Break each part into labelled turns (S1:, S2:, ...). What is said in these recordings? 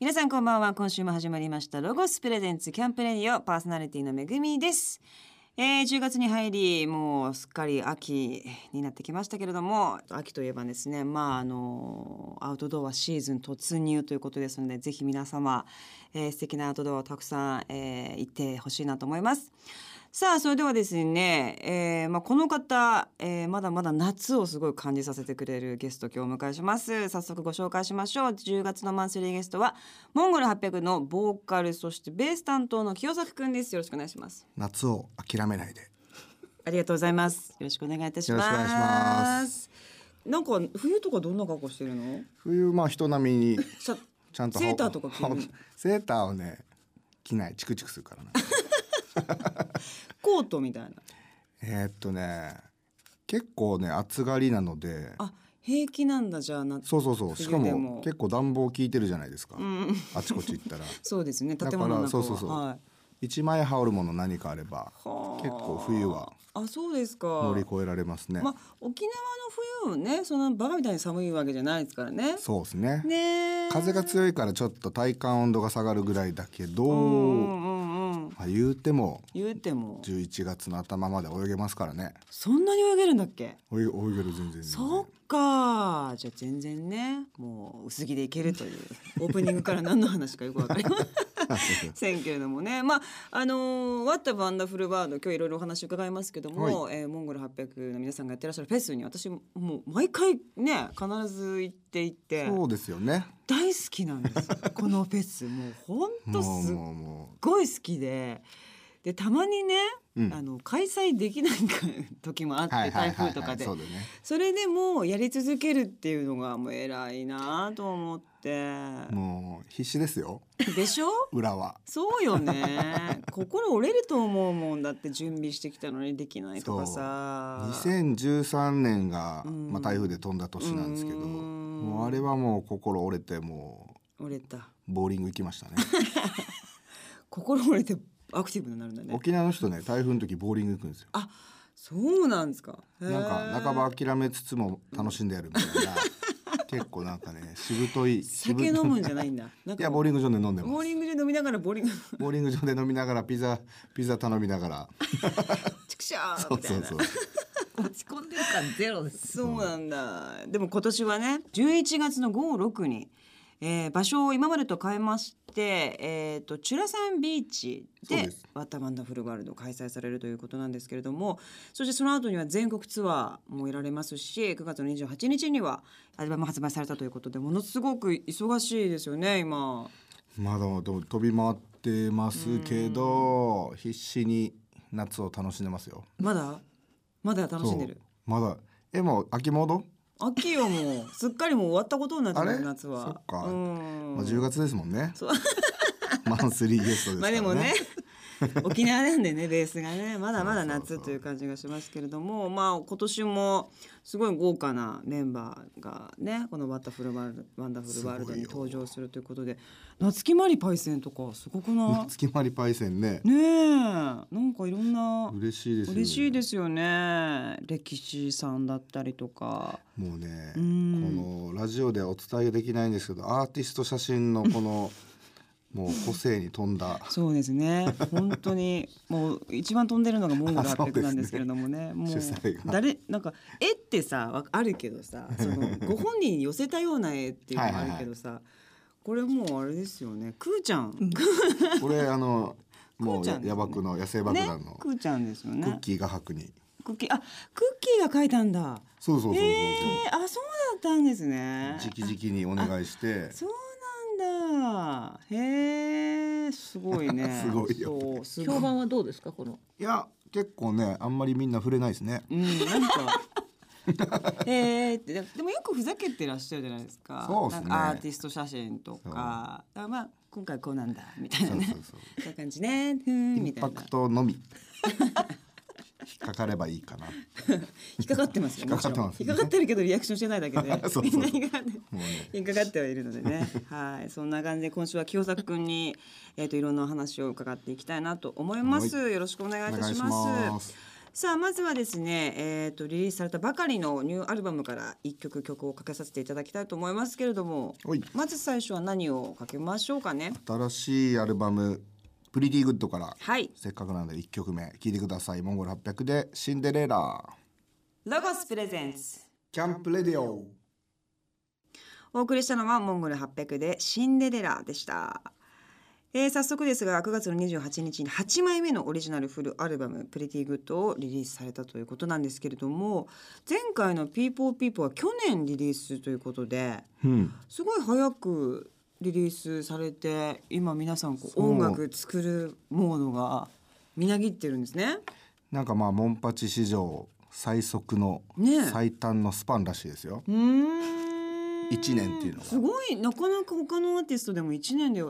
S1: 皆さんこんばんは今週も始まりましたロゴスプレゼンツキャンプレディオパーソナリティのめぐみです、えー、10月に入りもうすっかり秋になってきましたけれども秋といえばですねまああのアウトドアシーズン突入ということですのでぜひ皆様、えー、素敵なアウトドアをたくさん、えー、行ってほしいなと思いますさあそれではですね、えーまあ、この方、えー、まだまだ夏をすごい感じさせてくれるゲスト今日お迎えします早速ご紹介しましょう10月のマンスリーゲストはモンゴル800のボーカルそしてベース担当の清作くんですよろしくお願いします
S2: 夏を諦めないで
S1: ありがとうございますよろしくお願いいたします
S2: よろしくお願いします
S1: なんか冬とかどんな格好してるの
S2: 冬まあ人並みに
S1: さ
S2: ちゃんと
S1: セーターとか着る
S2: セーターをね着ないチクチクするからね
S1: コートみたいな
S2: えーっとね結構ね暑がりなので
S1: あ平気なんだじゃあな
S2: そうそうそうしか
S1: 冬で
S2: も
S1: も
S2: 結構暖房効いてるじゃないですか、
S1: うん
S2: あちこち行ったら
S1: そうですね
S2: だから
S1: 建物の中は
S2: そうそうそう
S1: はい
S2: 一枚羽織るもの何かあれば
S1: はあ
S2: 結構冬は
S1: あそうですか
S2: 乗り越えられます ね、
S1: まあ、沖縄の冬ねそのバカみたいに寒いわけじゃないですからね。
S2: そうですね
S1: ねえ
S2: 風が強いからちょっと体感温度が下がるぐらいだけど、
S1: うんうんうん
S2: まあ、言うても
S1: 言うても
S2: 11月の頭まで泳げますからね
S1: そんなに泳げるんだっけ
S2: 泳げ泳げる全然全然
S1: そっ かじゃあ全然ねもう薄着でいけると いうオープニングから何の話かよくわかりませんけれどもねまああのー「What a Wonderful World」今日いろいろお話伺いますけども、えーモンゴル800の皆さんがやってらっしゃるフェスに私もう毎回ね必ず行って行って
S2: そうですよね。
S1: 大好きなん ですよこのフェスもうほん
S2: も
S1: と
S2: う
S1: すっ
S2: もうも
S1: ごい好きで。でたまにね、
S2: う。うん。
S1: あの開催できない時もあって、台風とかで
S2: そうだね。
S1: それでもやり続けるっていうのがもう偉いなと思って
S2: もう必死ですよ。
S1: でしょ
S2: 裏は。
S1: そうよ ね心折れると思うもんだって準備してきたのにできないとかさ
S2: 2013年が、
S1: うん
S2: まあ台風で飛んだ年なんですけど、
S1: うん
S2: もうあれはもう心折れても
S1: 折れた
S2: うボーリング行き ましたね。
S1: 心折れてアクティブになるんだね
S2: 沖縄の人ね台風の時ボーリング行くんですよ。
S1: あそうなんですかへー
S2: なんか半ば諦めつつも楽しんでやるみたい な。結構なんかねしぶとい。しぶ
S1: 酒飲むんじゃないんだ。なん
S2: い
S1: か
S2: やボーリング場で飲んでます。
S1: ボーリングで飲みながらボーリング
S2: ボーリング場で飲みながらピザピザ頼みなが ら。
S1: チクシャー
S2: そ
S1: み
S2: う
S1: た
S2: そ
S1: いうな。
S2: そ
S1: そうう。
S3: 落ち込んでる感ゼロです。
S1: なんだ。でも今年はね、11月の5、6に、えー、場所を今までと変えまして、えっ、とチュラサンビーチで
S2: そうです
S1: ワッタマンダフルワールドを開催されるということなんですけれども、そしてその後には全国ツアーもいられますし、9月の28日にはアルバム発売されたということで、ものすごく忙しいですよね今。
S2: まだまだ飛び回ってますけど必死に夏を楽しんでますよ
S1: まだまだ楽しんでる。
S2: そうまだえもう秋モード、
S1: 秋よもうすっかりもう終わったことになってま
S2: あ
S1: す
S2: れ
S1: 夏は
S2: そっか
S1: うん
S2: まあ、10月ですもんね
S1: そう
S2: マンスリーゲストです
S1: ま
S2: か
S1: あ
S2: らね
S1: でも ね沖縄なんでねベースがねまだまだ
S2: そうそう
S1: 夏
S2: そう
S1: という感じがしますけれどもまあ今年もすごい豪華なメンバーがねこの「ワッタフルワールドワンダフルワールド」に
S2: すごいよ
S1: 登場するということで夏木マリパイセンとかすごくない
S2: 月まりパイセンね
S1: ねえなんかいろんな
S2: 嬉しいですよ
S1: 嬉しいですよね歴史さんだったりとか
S2: もうね
S1: う
S2: こ
S1: ん
S2: のラジオではお伝えできないんですけどアーティスト写真のこの もう個性に富んだ
S1: そうですね本当にもう一番飛んでるのがモンゴル
S2: あそう
S1: 800
S2: ですね
S1: なんですけれどもねもう
S2: 主催が
S1: 誰なんか絵ってさわあるけどさそのご本人に寄せたような絵っていうのもあるけどさこれもうあれですよねくーちゃん
S2: これあのも
S1: くー
S2: う
S1: ちゃん
S2: や
S1: ですね
S2: 野爆の野生爆
S1: ね
S2: 弾の
S1: くーちゃんですよ
S2: クッ
S1: ね
S2: キー画伯に
S1: クッキーあクッキーが描いたんだ
S2: そうそうそうそうそう、
S1: えー、あそうだったんですね
S2: 直々にお願いして
S1: あそうなんだへえすごいね
S2: すごいよ
S1: そうすごい
S3: 評判はどうですかこの。
S2: いや結構ねあんまりみんな触れないですね
S1: うん、なんか。えーってでもよくふざけてらっしゃるじゃないですか。
S2: そうっすね
S1: なんかアーティスト写真とか、あまあ今回こうなんだみたいな
S2: そう
S1: ね。
S2: そう
S1: こ
S2: そう
S1: ういう感じね、ふーん
S2: イ
S1: み
S2: ン
S1: た
S2: パ
S1: いな
S2: ク。トのみ 引っかかればいいかなも
S1: 引っかかってますよ。
S2: 引っかかってますね。
S1: もちろん引っかかってるけどリアクションしてないだけで
S2: そうそう
S1: みんな引っかかって
S2: うね
S1: 引っかかってはいるのでね。はい、そんな感じで今週は清作くんにえっ、といろんなお話を伺っていきたいなと思います。よろしくお願いいたします。
S2: す
S1: さあまずはですね、えー、とリリースされたばかりのニューアルバムから一曲曲をかけさせていただきたいと思いますけれども
S2: はい
S1: まず最初は何をかけましょうかね
S2: 新しいアルバム「プリティグッド」から
S1: はい
S2: せっかくなので1曲目聴いてください「モンゴル800」で「シンデレラ
S1: ロゴスプレゼンツ」
S2: キャンプレディオ
S1: お送りしたのはモンゴル800でシンデレラでした、えー早速ですが9月の28日に8枚目のオリジナルフルアルバム「プリティグッドをリリースされたということなんですけれども前回の「ピーポーピーポーは去年リリースということで
S2: うん、
S1: すごい早くリリースされて今皆さんこう
S2: そう
S1: 音楽作るモードがみなぎってるんですね。
S2: なんかまあモンパチ史上最速の
S1: ねえ
S2: 最短のスパンらしいですよ、
S1: うーん
S2: 一年っていうのが
S1: すごいなかなか他のアーティストでも1年で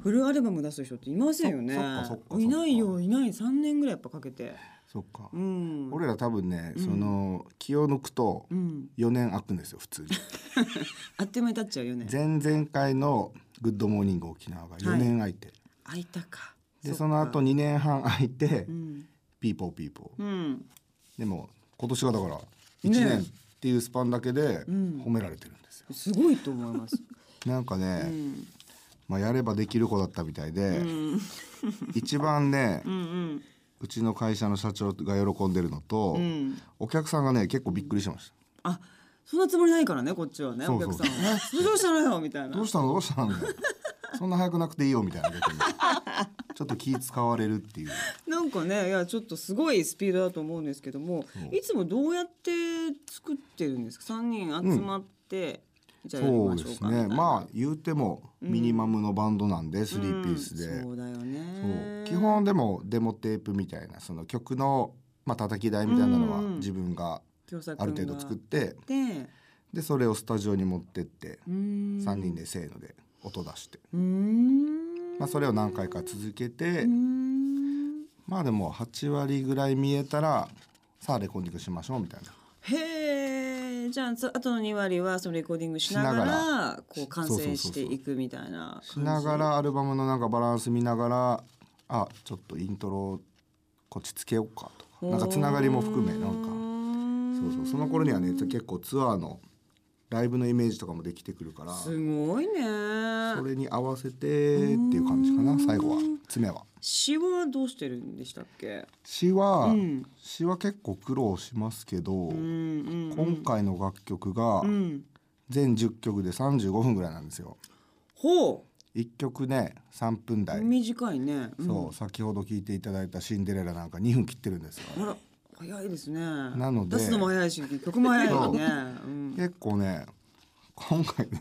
S1: フルアルバム出す人っていませんよね
S2: そっかそっかそっか
S1: いないよいない3年ぐらいやっぱかけて
S2: そっか、
S1: うん
S2: 俺ら多分ね、その気を抜くと
S1: うん
S2: 4年空くんですよ 普通に
S1: あっという間に経っちゃうよね
S2: 前々回の「グッドモーニング沖縄」が4年空いて、
S1: 空いたか
S2: でその後
S1: に
S2: 2年半空いて、
S1: うん、
S2: ピーポーピーポー
S1: うん、
S2: でも今年がだから1
S1: ね
S2: 年っていうスパンだけで
S1: ん
S2: 褒められてるんですよ、
S1: すごいと思います、
S2: なんかね、
S1: うん
S2: まあ、やればできる子だったみたいで、
S1: うん、
S2: 一番ね、う
S1: うんうん
S2: ちの会社の社長が喜んでるのと、
S1: うん
S2: お客さんがね結構びっくりしまし
S1: あそんなつもりないからねこっちはね
S2: そ
S1: お
S2: うそう
S1: 客さん はね「どうしたのよ」みたい
S2: た、
S1: な
S2: どうしたのどうしたのみたいなそんな早くなくていいよみたい な逆にちょっと気使われるっていう
S1: なんかねいやちょっとすごいスピードだと思うんですけども
S2: う
S1: いつもどうやって作ってるんですか3人集まって、じゃあやり
S2: そう
S1: ま
S2: で
S1: しょう
S2: す
S1: かみた
S2: ね
S1: いな
S2: まあ言うてもミニマムのバンドなんで、スリーピースで、
S1: うんそうだよ
S2: そう
S1: ね
S2: 基本でもデモテープみたいなその曲の、まあ叩き台みたいなのは
S1: うんうん
S2: 自分が
S1: 共作
S2: ある程度作って
S1: て
S2: でそれをスタジオに持ってって
S1: 3
S2: 3人でせーので音出して、
S1: うーん
S2: まあ、それを何回か続けて
S1: うーん
S2: まあでも8割ぐらい見えたらさあレコーディングしましょうみたいな
S1: へえじゃあそあとの2割はそのレコーディングしながら
S2: しな
S1: こう完
S2: そうそうそうそ
S1: 成
S2: う
S1: していくみたいな感じ
S2: しながらアルバムのなんかバランス見ながらあちょっとイントロこっちつけようかとかなんかつながりも含めなんか。そうそうその頃にはね結構ツアーのライブのイメージとかもできてくるから
S1: すごいね
S2: それに合わせてっていう感じかな最後は爪は
S1: 詩はどうしてるんでしたっけ
S2: 詩は、
S1: うん
S2: 詩は結構苦労しますけど、
S1: うんうんうん
S2: 今回の楽曲が
S1: うん
S2: 全10曲で35分ぐらいなんですよ
S1: ほ
S2: 1曲ね3分
S1: う、
S2: 台、
S1: 短いね。ん
S2: そう先ほど聴いていただいた「シンデレラ」なんか2分切ってるんですよ
S1: あら、早いですね。な
S2: ので
S1: 出すのも早いし、曲も早いよね。うん
S2: 結構ね今回 ね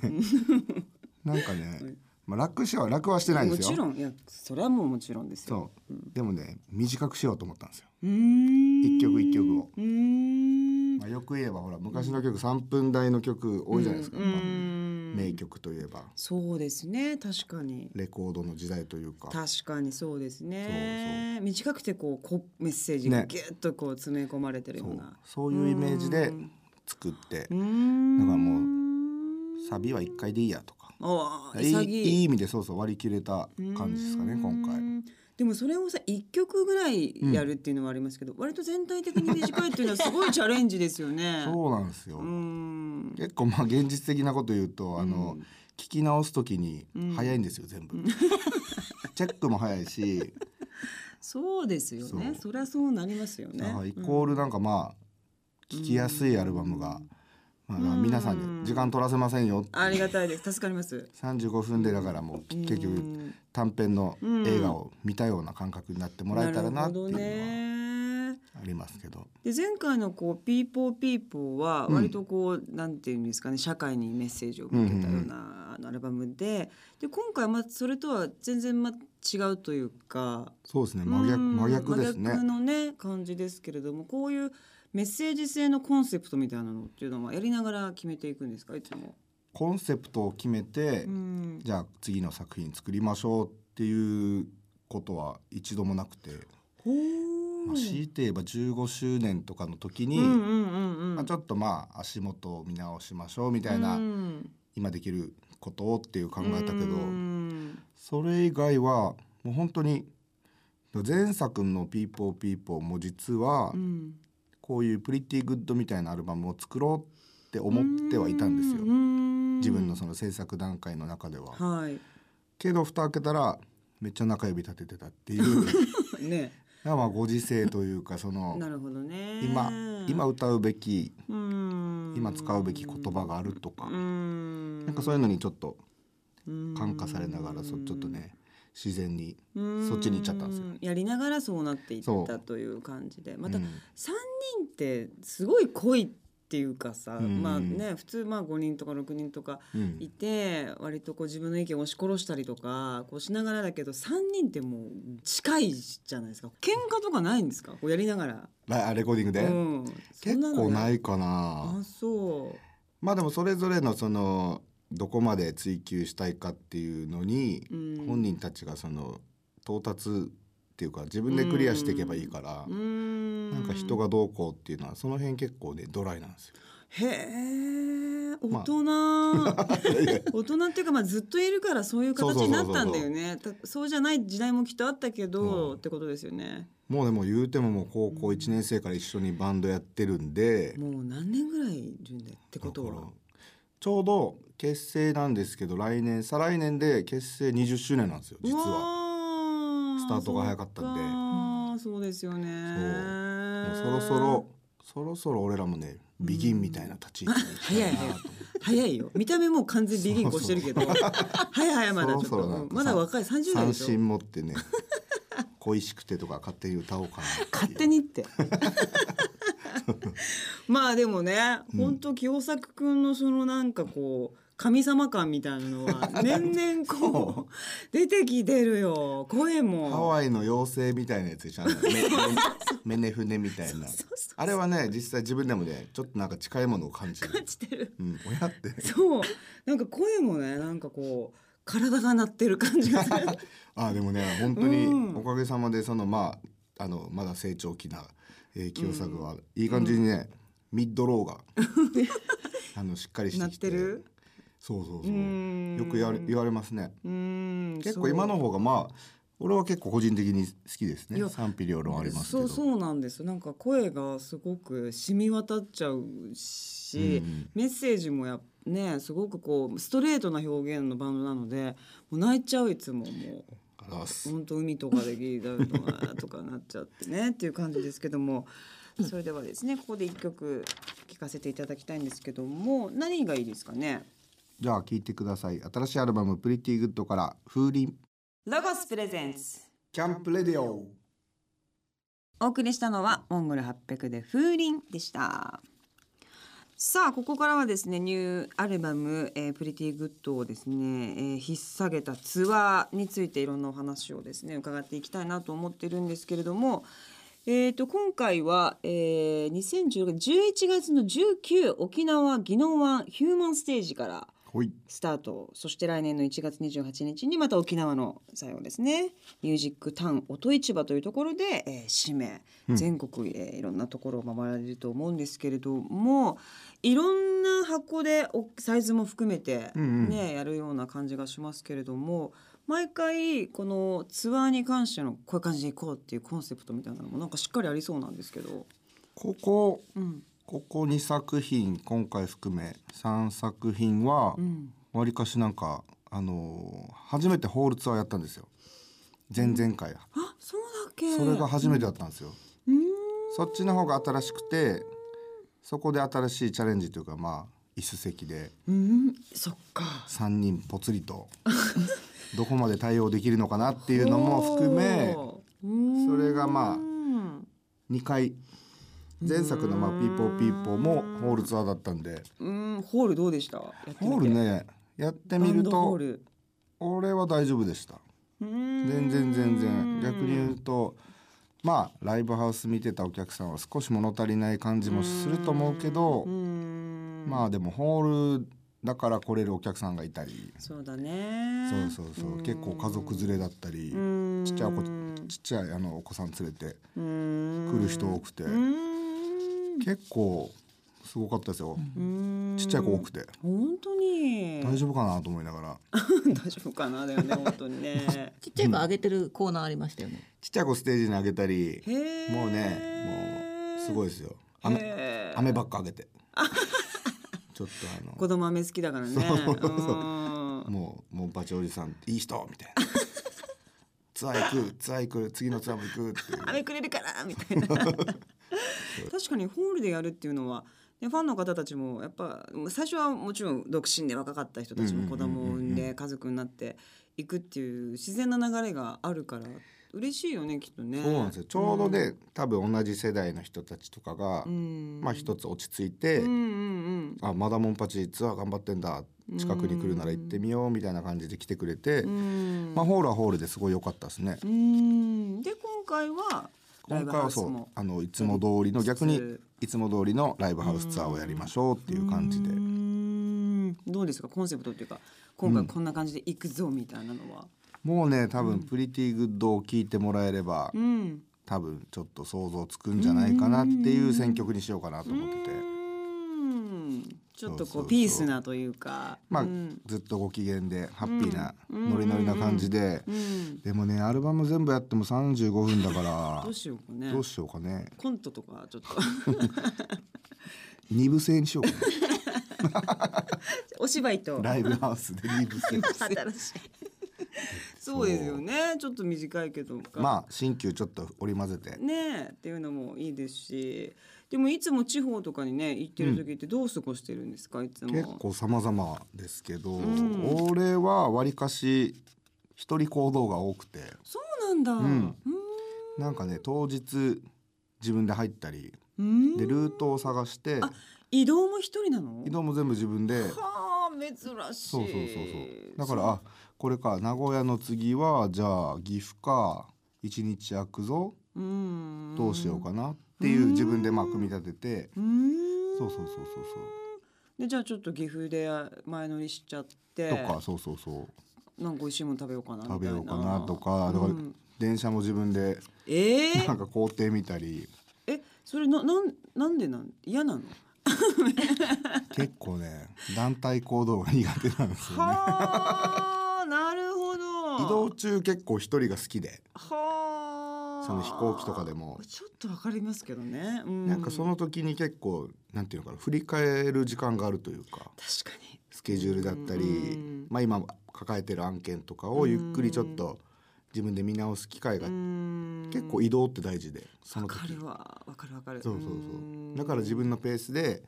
S2: なんかね、まあ、楽しは楽はしてないん
S1: も
S2: ですよ
S1: ちろん、いや、それはもうもちろんですよ。
S2: そう、でもね短くしようと思ったんですよ
S1: うーん。
S2: 一曲一曲を、
S1: うーん。
S2: まあ、よく言えばほら昔の曲3分台の曲多いじゃないですか、
S1: う
S2: やっぱ
S1: ん
S2: 名曲といえば
S1: そうですね、確かに。
S2: レコードの時代というか
S1: 確かにそうですね。短くてこうこメッセージが
S2: ね
S1: ぎゅっとこう詰め込まれてるよ
S2: そうう
S1: な。
S2: そういうイメージで作って
S1: うーん。
S2: だからもう
S1: う
S2: サビは1回でいいやとか
S1: ああ、
S2: いい
S1: 潔
S2: いい意味でそうそう割り切れた感じですかね今回。
S1: でもそれをさ一曲ぐらいやるっていうのはありますけど、割と全体的に短いっていうのはすごいチャレンジですよね。
S2: そうなんですよ、
S1: うーん。
S2: 結構まあ現実的なこと言うとあの、聞き直すときに
S1: ん
S2: 早いんですよ全部、チェックも早いし
S1: そうですよね。
S2: そ
S1: そ
S2: う
S1: りゃそうなりますよ
S2: だ
S1: ね
S2: か。らイコールなんかまあ聞きやすいアルバムが、まあ、だから皆さんに時間取らせませんよって
S1: ありがたいです。助かります。
S2: 35分でだからもう結
S1: う
S2: 局
S1: ん
S2: 短編の映画を見たような感覚になってもらえたらなっていう
S1: るほど
S2: のは
S1: ね。
S2: ありますけど
S1: で前回のこうピーポーピーポーは割とこう、なんていうんですかね社会にメッセージを向けたようなあのアルバムで、で今回はまあそれとは全然まあ違うというか
S2: そうですね真逆
S1: うん
S2: 真逆です
S1: 真
S2: ね
S1: 逆のね感じですけれどもこういうメッセージ性のコンセプトみたいなのっていうのはやりながら決めていくんですかいつも。
S2: コンセプトを決めて
S1: うん
S2: じゃあ次の作品作りましょうっていうことは一度もなくて、
S1: ほう
S2: まあ、強いて言えば15周年とかの時に、
S1: うんうんうんうん。
S2: まあ、ち
S1: ょっ
S2: ょっとまあ足元を見直しましょうみ
S1: み
S2: たいな、今できることをっていう考えたけど
S1: うん
S2: それ以外はもう本当に前作の「ピーポーピーポー」も実は
S1: うん
S2: こういう「プリティグッド」みたいなアルバムを作ろうって思ってはいたんです
S1: うー
S2: よ
S1: ん
S2: 自分のその制作段階の中では。
S1: はい
S2: けど蓋開けたらめっちゃ中指立ててたっていう
S1: ね
S2: まあご時世というかその
S1: なるほどね
S2: 今今歌うべき今
S1: 今
S2: 使うべき言葉があるとか
S1: な
S2: なんかそういうのにちょっと
S1: うん
S2: 感化されながらそちょっとね自然に
S1: うん
S2: そっちに行っちゃったんですよ
S1: やりながらそうなっていっ
S2: そ
S1: た
S2: う
S1: という感じでまた
S2: う
S1: 3
S2: ん
S1: 人ってすごい濃いっていうかさ、
S2: うん
S1: まあね普通まあ5人とか6人とか
S2: うん
S1: いて割とこう自分の意見を押し殺したりとかこうしながらだけど3人ってもう近いじゃないですか喧嘩とかないんですかこうやりながら、
S2: ラレコーディング
S1: う
S2: で、
S1: ん、
S2: 結構ないいか
S1: あ
S2: な
S1: そう
S2: まあでもそれぞれのそのどこまで追求したいかっていうのに、
S1: うん
S2: 本人たちがその到達っていうか自分でクリアしていけばいいから、
S1: うん
S2: なんか人がどうこうっていうのはその辺結構ねドライな んですよ。
S1: へえ大
S2: まあ
S1: 人、 大人っていうか、まあ、ずっといるからそういう形になったんだよねたそうじゃない時代もきっとあったけど、
S2: うん
S1: ってことですよね
S2: もうでも言うてももう高校1年生から一緒にバンドやってるんで、
S1: もう何年ぐらいいるんだよってことは
S2: だからちょうど結成なんですけど来年再来年で結成20周年なんですよ実は。
S1: は
S2: スタートが早かったん
S1: ん
S2: で
S1: でそうですよね
S2: もうそろそろそろそろ俺らもねビギンみたいな立ち位置に行きたいなと思って。
S1: 早いよ見た目もう完全にビギンコしてるけ ど早い早いまだちょっと
S2: そろそろなんかさ
S1: まだ若い30代で
S2: 三
S1: しょ
S2: 振持ってね 恋しくてとか勝手に歌おうかな
S1: 勝手にって まあでもね、
S2: うん
S1: ほんと清作くんのそのなんかこう神様感みたいなのは 年々こう出てきてるよ声
S2: ハ
S1: も
S2: ワイの妖精みたいなやつでしょあ のめめメネフネみたいな
S1: そうそ
S2: あれはね実際自分でもねちょっとなんか近いものを感じ
S1: う
S2: る
S1: 感じてる
S2: うん親って
S1: そうなんか声もねなんかこう体が鳴ってる感じが する
S2: あでもね本当に
S1: うん
S2: おかげさまでそのまああのまだ成長期な、えー、清作は、いい感じにね、ミッドローが あのしっかりして
S1: 鳴っ
S2: きて
S1: てる
S2: そうそう
S1: う
S2: そう
S1: ーん
S2: よくやる言われますね
S1: うーん
S2: 結構今の方がまあ俺は結構個人的に好きです
S1: い
S2: ね
S1: や
S2: 賛否両論ありますけ
S1: そう
S2: ど
S1: そうなんですなんか声がすごく染み渡っちゃうし、
S2: うん
S1: メッセージもやねすごくこうストレートな表現のバンドなのでもう泣いちゃういつもも
S2: ありがとうございます
S1: う本当海とかでギーダルとかとかなっちゃってねっていう感じですけどもそれではですねここで一曲聴かせていただきたいんですけども何がいいですかね
S2: じゃあ聴いてください新しいアルバム「プリティグッド」から「風鈴
S1: ロゴスプレゼンツ
S2: キャンプレディオ
S1: お送りしたのはモンゴル800で風鈴でしたさあここからはですねニューアルバム、えー、プリティグッドをですね、えー、引っ提げたツアーについていろんなお話をですね伺っていきたいなと思ってるんですけれどもえー、と今回は、えー、2016年11月の19沖縄宜野湾ヒューマンステージから
S2: ほい
S1: スタートそして来年の1月28日にまた沖縄の作用ですねミュージックタウン音市場というところで、えー、使命
S2: うん
S1: 全国、えーいろんなところを回られると思うんですけれどもいろんな箱でおサイズも含めて、
S2: うんうん
S1: ねやるような感じがしますけれども毎回このツアーに関してのこういう感じで行こうっていうコンセプトみたいなのもなんかしっかりありそうなんですけど。
S2: ここ
S1: うん
S2: ここ2作品今回含め3作品は
S1: うん
S2: わりかしなんかあのー初めてホールツアーやったんですよ前々回
S1: あそうだっけ
S2: それが初めてだったんですよ
S1: うーん
S2: そっちの方が新しくてそこで新しいチャレンジというかまあ椅子席で
S1: うんそっか
S2: 3人ぽつりとどこまで対応できるのかなっていうのも含め
S1: おー
S2: それがまあ
S1: うん
S2: 2回前作のまあ「ピーポーピーポー」もホールツアーだったんで
S1: うんホールどうでしたやってみて
S2: ホールねやってみ
S1: バン
S2: る
S1: ドホー
S2: と
S1: ル
S2: 俺は大丈夫でした全
S1: 全
S2: 然全然逆に言うとまあライブハウス見てたお客さんは少し物足りない感じもすると思うけどまあでもホールだから来れるお客さんがいたり
S1: そうだね
S2: そうそうそう結構家族連れだったりちっちゃいお子ちっちゃいあのお子さん連れて来
S1: 来
S2: る人多くて結構すごかったですよちっちゃい子多くて
S1: 本当に
S2: 大丈夫かなと思いながら
S1: 大丈夫かなだよね本当にね
S3: ちっちゃい子上げてるコーナーありましたよね。
S2: ちっちゃい子ステージにあげた
S1: へ
S2: り
S1: ー
S2: もうねもうすごいですよ雨
S1: へー
S2: 雨ばっかあ げてちょっとあの
S1: 子供飴好きだからね
S2: そうそうそ
S1: う
S2: う
S1: ん
S2: もうもうバチおじさんいい人みたいな ツアー行くツアー行く次のツアーも行くっていう
S1: 飴くれるからみたいな確かにホールでやるっていうのはねファンの方たちもやっぱ最初はもちろん独身で若かった人たちも子供を産ん
S2: うんうんうんう
S1: で家族になっていくっていう自然な流れがあるから嬉しいよねきっとね
S2: そうなんですよちょうどね多分同じ世代の人たちとかが、
S1: うん
S2: まあ一つ落ち着いて、
S1: うんうん
S2: あまだモンパチツアー頑張ってんだ近くに来るなら行ってみようみたいな感じで来てくれて、
S1: うんうん
S2: まあホールはホールですごい良かったですね、
S1: うんで今回はライ
S2: 今
S1: ブ
S2: 回
S1: ハ
S2: は
S1: ウス
S2: そ
S1: も
S2: うあのいつも通りの逆
S1: やり
S2: にいつも通りのライブハウスツアーをやりましょうっていう感じで、
S1: うんどうですかコンセプトっていうか今回こんな感じで行くぞみたいなのは、
S2: もうね多分「プリティグッド」を聞いてもらえれば、
S1: うん、
S2: 多分ちょっと想像つくんじゃないかなっていう選曲にしようかなと思ってて、
S1: うんちょっと
S2: そうそう
S1: こ
S2: そう
S1: うピースなというか
S2: まあ、
S1: うん
S2: ずっとご機嫌でハッピーな、
S1: うん
S2: ノリノリな感じで、
S1: うん
S2: でもねアルバム全部やっても35分だか
S1: どうしようからね
S2: どうしようかね
S1: コントとかちょっと
S2: 二部制にしようか
S1: お芝居と
S2: なライブハウスで二部
S1: 新し
S2: 制
S1: い そうですよねちょっと短いけど
S2: まあ新旧ちょっと織り交ぜて
S1: ねえっていうのもいいですしでもいつも地方とかにね行ってる時ってどう過ごしてるんですかいつも
S2: 結構様々ですけど、
S1: ん
S2: 俺はわりかし一人行動が多くて
S1: そうなんだうん
S2: んなんかね当日自分で入ったり
S1: うん
S2: でルートを探して
S1: 移動も一人なの
S2: 移動も全部自分で
S1: はあ珍しい
S2: そうそうそうそうだからあこれか名古屋の次はじゃあ岐阜か一日空くぞ
S1: うん
S2: どうしようかなっていう自分でまあ組み立てて
S1: うん
S2: そうそうそうそう
S1: でじゃあちょっと岐阜で前乗りしちゃって
S2: そうとかそうそうそう
S1: なんか美味しいもの食べようかなみたい
S2: 食
S1: な
S2: べようかなとかだから
S1: うん
S2: 電車も自分で
S1: えー
S2: なん、か工程見たり
S1: えそれななんなんでなん嫌なの
S2: 結構ね団体行動が苦手なんですよね
S1: はあなるほど
S2: 移動中結構一人が好きで
S1: はあ
S2: その飛行機とかでも
S1: ちょっとわかりますけどね、う
S2: なんかその時に結構なんていうのかな振り返る時間があるというか
S1: 確かに
S2: スケジュールだったり、
S1: うん
S2: まあ、今抱えてる案件とかをゆっくりちょっと自分で見直す機会が
S1: うん
S2: 結構移動って大事でそ
S1: わ
S2: の
S1: か
S2: 時
S1: るわわかるわかる
S2: そうそうそ
S1: ん
S2: うだから自分のペースで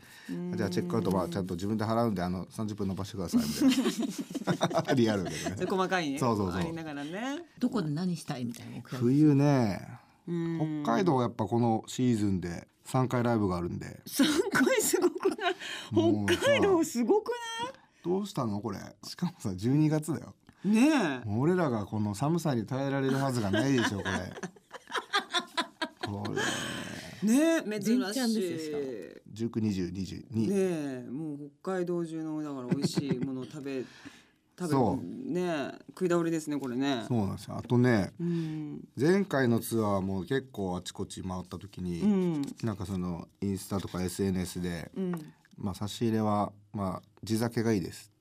S2: じゃあチェックアウトはちゃんと自分で払うんであの30分伸ばしてくださいみたい なリアルでね
S1: それ細かいね
S2: そうそうそう
S1: ありながらね
S3: どこで何したいみたいな目標。
S2: 冬ね
S1: うん
S2: 北海道はやっぱこのシーズンで3回ライブがあるんで
S1: 三回すごくない
S2: もうさ
S1: 北海道すごく
S2: どうしたのこれしかもさ12月だよ
S1: ないねえ
S2: もう俺らがこの寒さに耐えられるはずがないで しょこれこれ
S1: ねえ
S3: 全
S1: 珍
S3: ちゃん
S1: し
S3: ですよ
S1: い
S2: 192022、
S1: ねえもう北海道中のだから美味しいものを食 べ
S2: そ
S1: 食べねえ食い倒れですねこれね
S2: そうなんですよあとね
S1: うん
S2: 前回のツアーも結構あちこち回った時に、
S1: うん
S2: なんかそのインスタとか SNS で、
S1: うん
S2: まあ、差し入れは、まあ、地酒がいいです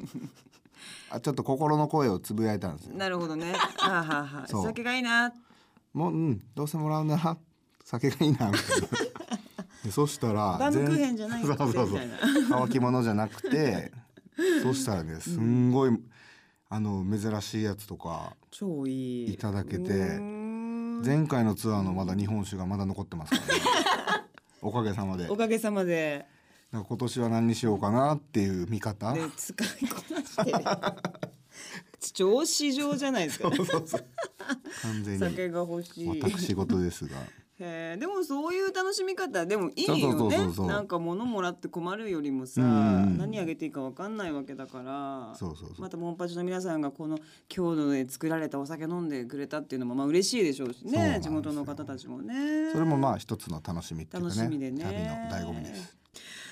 S2: あちょっと心の声をつぶやいたんですよ
S1: なるほどねはあはあはあ
S2: そう
S1: 酒がいいな
S2: もう、うん、どうせもらうなら酒がいいなみ たいなでそしたら
S1: バームクーヘンじゃない
S2: 全そうそう
S1: み
S2: そう
S1: たいな
S2: 乾き物じゃなく てそしたらねすんごい、あの珍しいやつとか
S1: 超いい
S2: いただけて
S1: うーん
S2: 前回のツアーのまだ日本酒がまだ残ってます からねおかげさまで
S1: おかげさまで
S2: なんか今年は何にしようかなっていう見方、
S1: ね、使いこなしてる 調子上じゃないですか、ね、
S2: 完全に
S1: 酒が欲しい
S2: 私事です が
S1: へーでもそういう楽しみ方でもいいよね
S2: そうそうそうそう
S1: なんか物もらって困るよりもさ、
S2: うん
S1: 何あげていいかわかんないわけだから
S2: そうそうそう
S1: またモンパチの皆さんがこの郷土で作られたお酒飲んでくれたっていうのもまあ嬉しいでしょうし
S2: そうなん
S1: ね
S2: です
S1: 地
S2: よ
S1: 元の方たちもね
S2: それもまあ一つの楽しみっていうか
S1: 楽しみ
S2: ね
S1: でね
S2: 旅の醍醐味です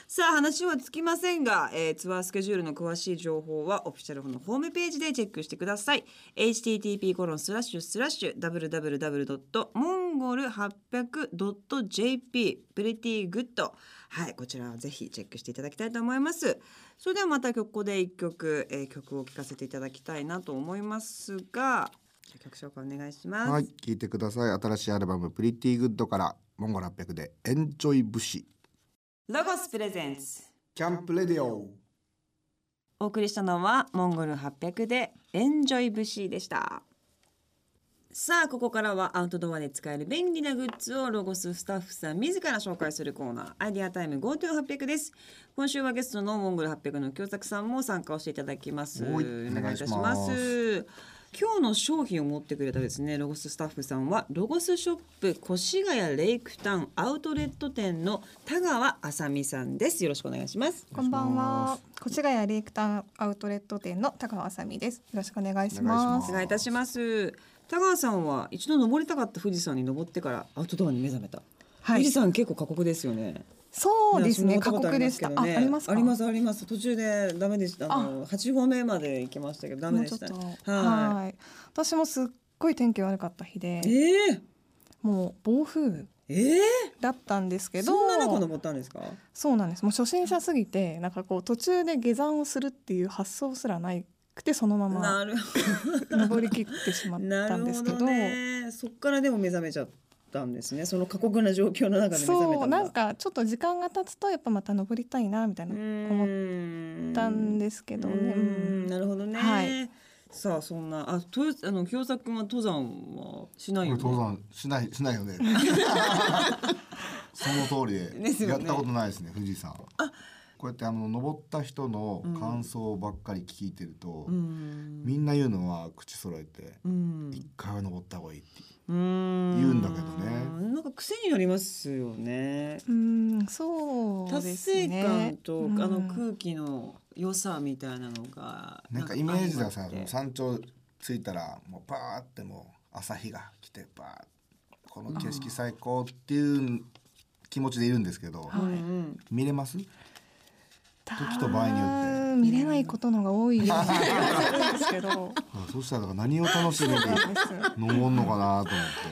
S1: さあ話はつきませんが、えーツアースケジュールの詳しい情報はオフィシャルのホームページでチェックしてください http コロンスラッシュスラッシュ www.mongol800.jp プリティグッドはいこちらはぜひチェックしていただきたいと思いますそれではまたここで一曲、えー曲を聴かせていただきたいなと思いますがじゃあ曲紹介お願いします、
S2: はい、聞いてください。新しいアルバム「プリティグッド」からモンゴル800で「エンジョイブシ
S1: ロゴスプレゼンツ
S2: キャンプレディオ
S1: お送りしたのはモンゴル800でエンジョイブシーでしたさあここからはアウトドアで使える便利なグッズをロゴススタッフさん自ら紹介するコーナーアイディアタイム GoTo800 です今週はゲストのモンゴル800の京作さんも参加をしていただきます
S2: はいお願いします
S1: お今日の商品を持ってくれたですねロゴススタッフさんはロゴスショップ越谷レイクタウンアウトレット店の田川あさみさんですよろしくお願いします
S4: こんばんは。越谷レイクタウンアウトレット店の高川あさみです。よろしくお願いしま
S2: お
S4: す。
S1: お願いいたします。田川さんは一度登りたかった富士山に登ってからアウトドアに目覚めた。
S4: は
S1: 富士
S4: い。
S1: 山結構過酷ですよね。
S4: そうですね。
S1: 私
S4: 過
S1: も登
S4: 酷でした。あ、ありますか。
S1: ありますあります。途中でダメでした。あの八合目まで行きましたけどダメ
S4: もう
S1: で
S4: ちょ
S1: し。
S4: ったと。
S1: は
S4: はい。私もすっごい天気悪かった日で
S1: い。、ええ
S4: もう暴風
S1: え
S4: だったんです
S1: え
S4: けど。
S1: そんな中登ったんですか。
S4: そうなんです。もう初心者すぎて、なんかこう途中で下山をするっていう発想すらないくて、そのまま
S1: なる
S4: 登り切ってしまった
S1: なんる
S4: ですけ
S1: ほ
S4: ど
S1: ど。ね。そこからでも目覚めちゃったんですね。その過酷な状況の中で目覚め
S4: そ
S1: た
S4: うん
S1: だ。
S4: なんかちょっと時間が経つとやっぱまた登りたいなみたいな思っ
S1: 思
S4: たんですけどね。
S1: う
S4: うんん
S1: なるほどね。
S4: はい
S1: さあそんなあとあの清作君は登山はしないよね。
S2: 登山しないし ないよね。その通りで
S1: ですよ
S2: や
S1: ね
S2: ったことないですね富士山。こうやってあの登った人の感想ばっかり聞いてると、
S1: うん。
S2: みんな言うのは口揃えて
S1: うん
S2: 一回は登った方がいいっていう。
S1: うん
S2: 言うんだけどね
S1: なんか癖になりますよね。
S4: うん、そう
S1: 達
S4: です
S1: 成
S4: ね。
S1: 感と、あ
S4: う
S1: の
S4: ん
S1: 空気の良さみたいなのが
S2: なんかイメージでは
S1: な
S2: さ
S1: んかあって
S2: 山頂着いたらもうバーってもう朝日が来てバーってこの景色最高っていう気持ちでいるんですけど、
S1: うん
S4: は
S1: う
S4: い
S1: ん
S2: 見れます時と場合によって
S4: あー見れないことのが多いような気がするんですけど。
S2: あそうしたらだから何を 楽しみに
S4: そうです
S2: 登るのかなと思っ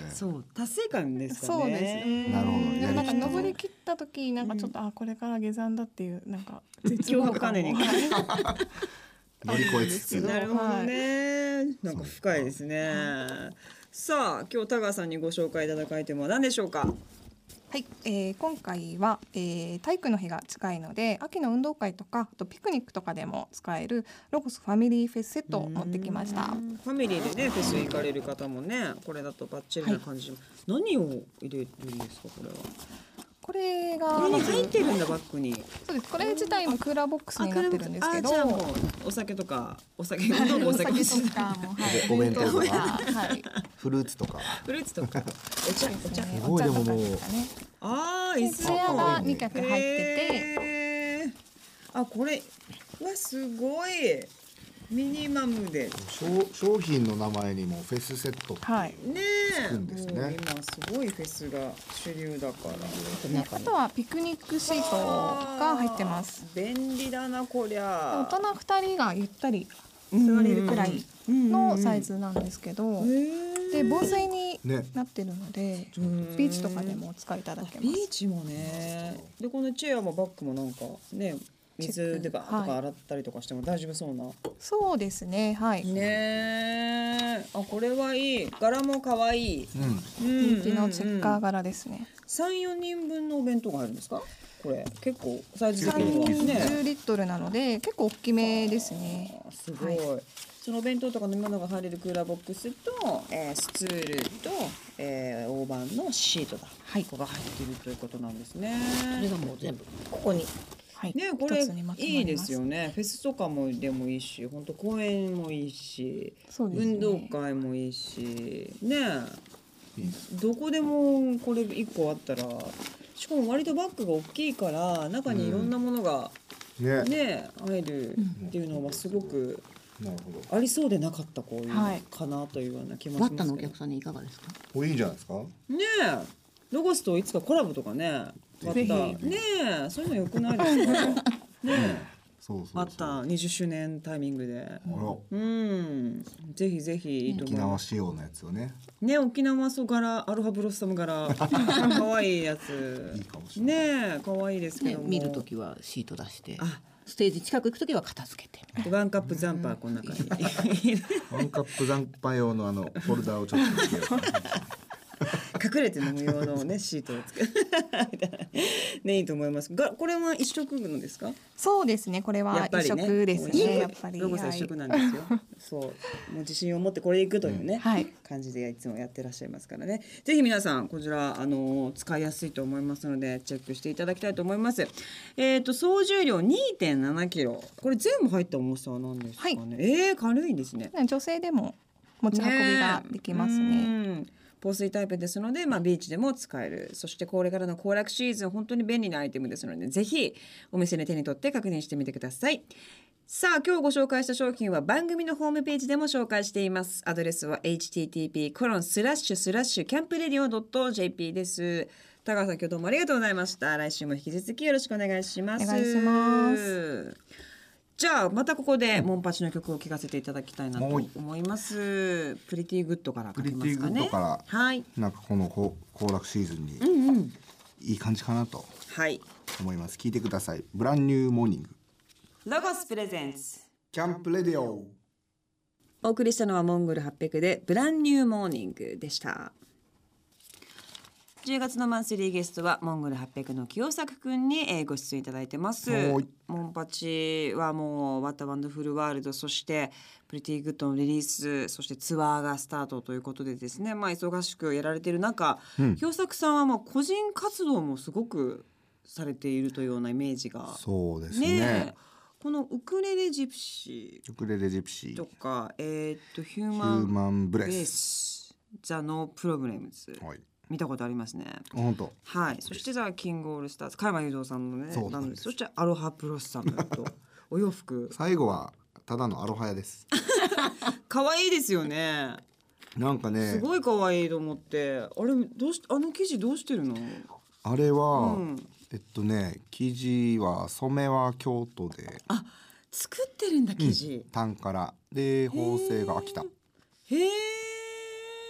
S2: て
S1: そう達成感ですかね。
S4: そうですね。
S2: なるほど
S4: でもなんか
S2: やりきった
S4: 登り切った時なんかちょっと、あこれから下山だっていうなんか絶
S1: 恐
S4: 望
S1: 怖観
S4: 感も
S1: 念に
S4: はい
S2: 乗り越えつ
S4: そう
S2: つ
S4: なんですよ
S1: なるほどね、なんか深いですね。さあ今日田川さんにご紹介いただくアイテムは何でしょうか。
S4: はい、えー今回は、えー体育の日が近いので秋の運動会とかあとピクニックとかでも使えるロゴスファミリーフェスセットを持ってきました
S1: う。んファミリーでねフェス行かれる方もねこれだとバッチリな感じ、何を入れるんですかこれは。
S4: これが
S1: これ
S4: ま
S1: に
S4: ず
S1: 入ってるんだバッグに。
S4: そうですこれ自体もクーラーボックスになってるんですけど
S1: あじゃあもうお酒とかお酒どうもお 酒
S4: とかもはい
S2: お弁当とか
S4: はい
S2: フルーツとか
S1: フルーツとかお茶お茶。
S2: すごいでももう
S1: ああ
S4: で
S1: い
S4: ツヤが2脚入って
S1: て
S4: て
S1: て。あこれはすごいミニマムで。
S2: 商商品の名前にもフェスセットっていう、
S4: はい
S1: ねえ、
S2: つくんですね
S1: もう今すごいフェスが主流だから。
S4: ねあとはピクニックシートが入ってます。
S1: 便利だなこり
S4: 大
S1: ゃ。
S4: 人2人がゆったり
S1: うん
S4: 座れるくらいのサイ。ズなんですけど
S1: うんうんうん
S4: で防水に
S2: ね
S4: なってるので
S1: うん
S4: ビーチとかでもお使いいただ
S1: あ
S4: けま
S1: ビー
S4: す。
S1: チもね。でこのチェアもバッグもなんかね水でバーッと
S4: は
S1: か
S4: い
S1: 洗ったりとかしても大丈夫そうな。
S4: そうですねはい。
S1: ねえ。あこれはいい。柄も可愛い。
S2: うん
S1: 人
S4: 人気のチェッカー。柄ですね。
S1: 三四人分のお弁当が入るんですか。これ結構サイズ的にはね。
S4: 10リットルなので結構大きめですね。
S1: すごい、
S4: は
S1: そのお弁当とか飲み物が入れるクーラーボックスと、えースツールと、えー、大判のシートだ、
S4: はい
S1: ここが入っているということなんですね。
S3: それがもう全部ここに
S4: はい。
S1: ねこれ
S4: 一つにまとまります
S1: いいですよねフェスとかもでもいいし本当公園もいいし、
S4: そうですね。
S1: 運動会もいいしね
S2: いいです
S1: どこでもこれ一個あったらしかも割とバッグが大きいから中にいろんなものが、
S2: ね
S1: ね入るっていうのはすごく
S2: なるほど
S1: ありそうでなかったこういう
S4: は
S1: の
S4: い
S1: かなというような気もしま
S3: バ
S1: すけど、
S3: ッタのお客さんにいかがですか
S2: これいいんじゃないですか
S1: ねえロゴスといつかコラボとかね
S2: って
S1: バ
S2: いう
S1: ッター
S2: うん
S1: ねえそういうの良くないですかね え
S2: そうそうそう
S1: バッター20周年タイミングで
S2: あら
S1: うんぜひぜひいいと
S2: 沖
S1: 思いま
S2: 縄
S1: す
S2: 仕様のやつよね
S1: ね沖縄そ柄アルファブロッサム柄 可愛いやつ
S2: いいかもしれない
S1: ねえ可愛いですけ
S3: ね、
S1: ども
S3: 見るときはシート出して
S1: あ
S3: ステージ近く行くときは片付けて
S1: ワンカップザンパーこんな感じ
S2: ワンカップ残飯用のあのフォルダーをちょっとつけよ
S1: 隠れて飲む用のねシートを つけねいいと思いますがこれは一食のですか
S4: そうですねこれ
S1: や
S4: は
S1: っぱ
S4: 一
S1: りね
S4: 色です
S1: 美味し
S4: ね
S1: い
S4: やっぱり
S1: ロゴさん一色なんですよ、そうもう自信を持ってこれでいくというね、
S4: はい
S1: 感じでいつもやってらっしゃいますからねぜひ皆さんこちらあの使いやすいと思いますのでチェックしていただきたいと思いますえっ、と総重量2.7キロこれ全部入った重さなんですかね、
S4: は
S1: えー、軽いんですね
S4: はい女性でも持ち運びができますね
S1: うん防水タイプですので、まあ、ビーチでも使えるそしてこれからの行楽シーズン本当に便利なアイテムですのでぜひお店で手に取って確認してみてくださいさあ今日ご紹介した商品は番組のホームページでも紹介していますアドレスは http コロンスラッシュスラッシュキャンプレディオ .jp です高川さん今日どうもありがとうございました来週も引き続きよろしくお願いします
S4: お願いします
S1: じゃあまたここでモンパチの曲を聴かせていただきたいなと
S2: はい
S1: 思います。プリティグッドからかけますか
S2: プリティグッ
S1: ね。
S2: ドから
S1: はい。
S2: うなんかこのこう行楽シーズンに
S1: うんうん。
S2: いい感じかなと
S1: はい。
S2: 思います聞いてくださいブランニューモーニング
S1: ロゴスプレゼンス。
S2: キャンプレディオ
S1: お送りしたのはモンゴル800でブランニューモーニングでした。10月のマンスリーゲストはモンゴル800の清作くんにえーご出演いただいてます
S2: はい。
S1: モンパチはもう「ワタワンドフルワールド」そして「プリティグッド」のリリースそしてツアーがスタートということでですね、まあ、忙しくやられてる中、
S2: うん
S1: 清作さんはもう個人活動もすごくされているというようなイメージが。
S2: そうです
S1: ねえ
S2: ね
S1: このウクレレジプシ
S2: ウクレレジプシ
S1: ー
S2: ーヒ
S1: とか、えーっとヒューマ
S2: ュー
S1: ン
S2: マンブ
S1: ベ
S2: レ
S1: ー
S2: ス
S1: スザノープロブレムズ
S2: はい
S1: 見たことありますね。
S2: 本当
S1: はい、そしてじゃあキングオールスターズ加山雄三さんのね
S2: そう
S1: バ
S2: な
S1: ン
S2: ん
S1: ド
S2: で
S1: そ
S2: す
S1: してアロハプロスさんの とお洋服
S2: 最後はただのアロハヤです
S1: 可愛いですよね
S2: なんかね
S1: すごい可愛いと思ってあれどうしあの生地どうしてるの
S2: あれは、
S1: うん
S2: えっとね生地は染めは京都で
S1: 作ってるんだ生地、
S2: 単からで縫製が秋田、
S1: へえ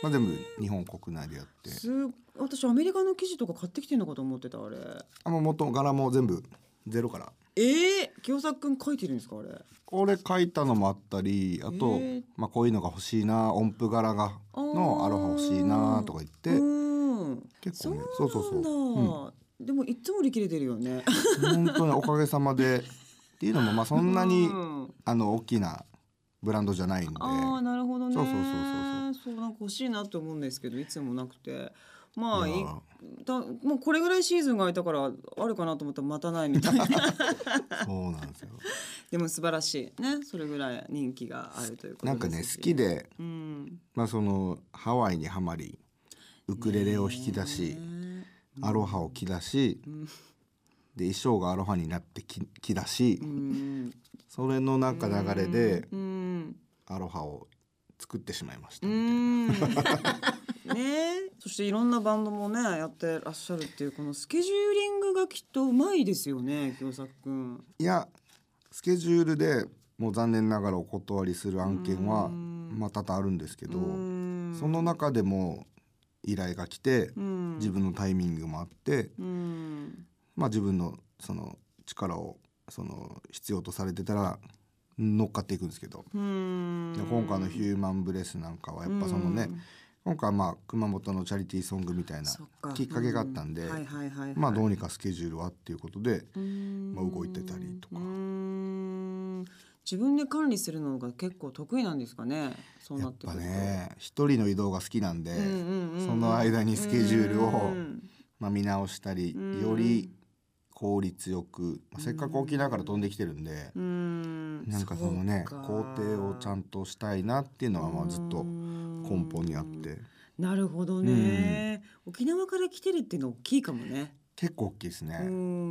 S2: まあ、全部日本国内でやって
S1: す私アメリカの生地とか買ってきてるのかと思ってたあれ
S2: あもう元も柄も全部ゼロから
S1: ええー、清作くん書いてるんですかあれ
S2: これ書いたのもあったりあと、
S1: へえ
S2: まあ、こういうのが欲しいな音符柄がの
S1: あー
S2: アロハ欲しいなとか言って、
S1: うん
S2: 結
S1: そう
S2: 構
S1: なん
S2: ね
S1: だ
S2: そうそうそう、
S1: でもいつも売り切れてるよね
S2: うん、本当におかげさまでっていうのもまあそんなに、
S1: うん
S2: あの大きなブランドじゃないんで
S1: ああなるほどね
S2: そうそうそうそ
S1: そ
S2: う
S1: うなんか欲しいなと思うんですけどいつもなくてまあ
S2: い
S1: い
S2: や
S1: たもうこれぐらいシーズンが空いたからあるかなと思ったらまたないみ たいな
S2: そうなんですよ
S1: でも素晴らしいねそれぐらい人気があるということです
S2: なんかね好き、で、
S1: うん、
S2: まあ、そのハワイにはまりウクレレを引き出し、
S1: ね
S2: アロハを着だし、で衣装がアロハになってき着だし、
S1: うん
S2: それのなんか流れで
S1: うん
S2: アロハを作ってしまいまし
S1: う
S2: たみたいな。
S1: んねそしていろんなバンドもねやってらっしゃるっていうこのスケジューリングがきっとうまいですよね清作くん。
S2: いやスケジュールでもう残念ながらお断りする案件は
S1: うん
S2: まあ多々あるんですけど、
S1: うん
S2: その中でも依頼が来て、
S1: うん
S2: 自分のタイミングもあって、
S1: うん
S2: まあ、自分のその力をその必要とされてたら乗っかっていくんですけど、
S1: うん
S2: で今回の「ヒューマンブレス」なんかはやっぱそのね、
S1: うん
S2: 今回はまあ熊本のチャリティーソングみたいな
S1: そっか
S2: きっかけがあったんで、
S1: うはいはいはいはい、
S2: まあどうにかスケジュールはっていうことで、
S1: うん
S2: まあ動いてたりとか
S1: うん自分で管理するのが結構得意なんですかねそう
S2: や
S1: なっ
S2: っ
S1: く
S2: てぱ
S1: ると
S2: ね一人の移動が好きなんで、
S1: うんうんうんうん
S2: その間にスケジュール
S1: う
S2: を
S1: ん
S2: まあ見直したり、
S1: うん
S2: より効率よく、まあ、せっかく沖縄から飛んできてるんで、
S1: うん
S2: なんかそのね
S1: そうか
S2: 工程をちゃんとしたいなっていうのはまあずっと根本にあっ
S1: うん
S2: て
S1: なるほどね、沖縄から来てるっていうの大きいかもね、
S2: 結構大きいですね。
S1: う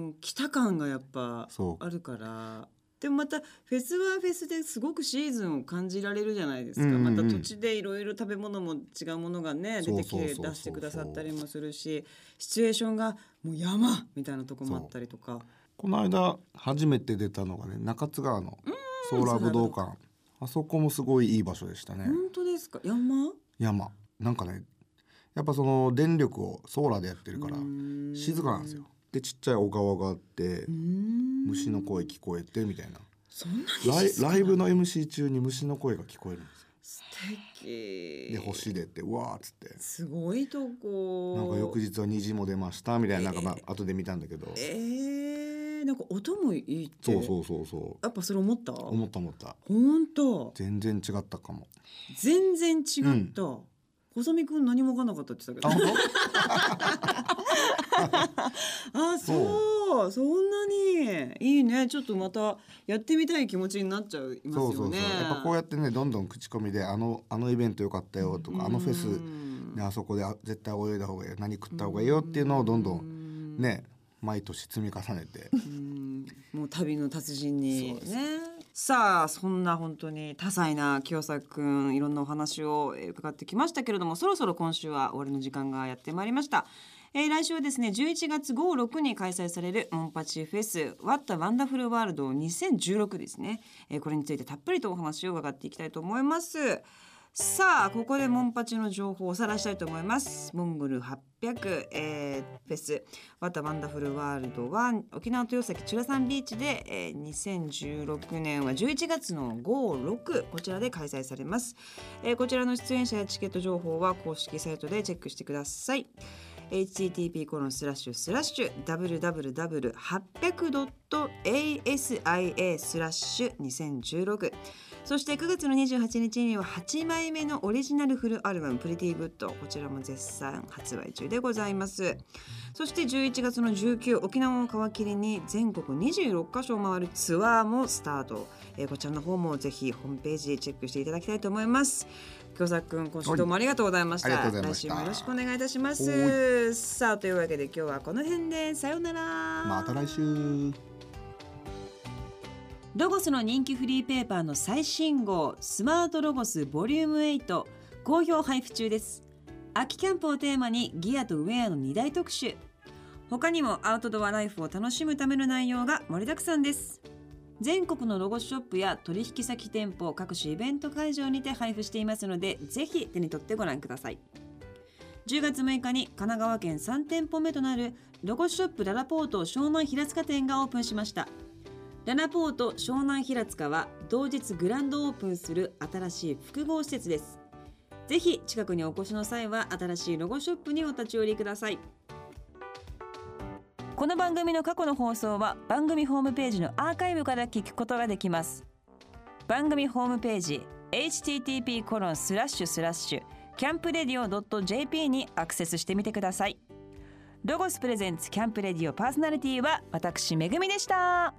S1: ん来た感がやっぱ
S2: そう
S1: あるからでもまたフェスはフェスですごくシーズンを感じられるじゃないですか、
S2: うんうんうん
S1: また土地でいろいろ食べ物も違うものがね出てき
S2: そうそう
S1: て
S2: そうそう
S1: 出してくださったりもするしシチュエーションがもう山みたいなとこもあったりとか
S2: この間初めて出たのがね中津川のソーラー武道館あそこもすごいいい場所でしたね、
S1: 本当ですか山
S2: 山なんかねやっぱその電力をソーラーでやってるから静かなんですよでちっちゃい小川があって虫
S1: 虫
S2: の声聞こえてみたいな
S1: そんなに
S2: ライ
S1: 静かな
S2: ライブの MC 中に虫の声が聞こえるんです
S1: 素敵
S2: よで星出てうわーっつって
S1: すごいとこ
S2: なんか翌日は虹も出ましたみたいななんかま
S1: え
S2: あ後で見たんだけど
S1: えー、なんか音もいいって
S2: そうそうそうそう
S1: やっぱそれ思った
S2: 思った思った
S1: 本当
S2: 全然違ったかも
S1: 全然違った、細見くん何も分かんなかったって言ってた
S2: あ
S1: けど
S2: 本
S1: あそうそんなにいいねちょっとまたやってみたい気持ちになっちゃい
S2: 当
S1: ます
S2: そ
S1: よ
S2: う
S1: ね
S2: そうそうやっぱこうやってねどんどん口コミであのあのイベント良かったよとかあのフェスね、あそこであ絶対泳いだ方がいい何食った方がいいよっていうのをどんどん
S1: ん
S2: ね毎年積み重ねて
S1: うんもう旅の達人に
S2: そうです
S1: ね。さあそんな本当に多彩な清作くんいろんなお話をえー伺ってきましたけれどもそろそろ今週は終わりの時間がやってまいりました。えー来週はですね11月5、6に開催されるモンパチフェス What a Wonderful World 2016ですね、えーこれについてたっぷりとお話を伺っていきたいと思います。さあここでモンパチの情報をおさらいしたいと思いますモンゴル800、えーフェスワタワンダフルワールドは沖縄豊崎チュラサンビーチで、えー2016年は11月の56こちらで開催されます、えーこちらの出演者やチケット情報は公式サイトでチェックしてください http コロンスラッシュスラッシュ www.800.asia スラッシュ2016そして9月の28日には8枚目のオリジナルフルアルバム「プリティグッド」こちらも絶賛発売中でございますそして11月の19沖縄を皮切りに全国26カ所を回るツアーもスタート、えーこちらの方もぜひホームページチェックしていただきたいと思います京作くん今週どうもありがとうございました、
S2: はいありがとうござい
S1: 来
S2: まし
S1: 週
S2: た
S1: もよろしくお願いいたします
S2: は
S1: さあというわけで今日はこの辺でさようなら
S2: また来週。
S1: ロゴスの人気フリーペーパーの最新号スマートロゴスボリューム8好評配布中です秋キャンプをテーマにギアとウェアの2大特集他にもアウトドアライフを楽しむための内容が盛りだくさんです全国のロゴスショップや取引先店舗各種イベント会場にて配布していますのでぜひ手に取ってご覧ください10月6日に神奈川県3店舗目となるロゴスショップララポート湘南平塚店がオープンしましたララポート湘南平塚は同日グランドオープンする新しい複合施設ですぜひ近くにお越しの際は新しいロゴショップにお立ち寄りくださいこの番組の過去の放送は番組ホームページのアーカイブから聞くことができます番組ホームページ http コロンスラッシュスラッシュキャンプレディオ .jp にアクセスしてみてくださいロゴスプレゼンツキャンプレディオパーソナリティは私めぐみでした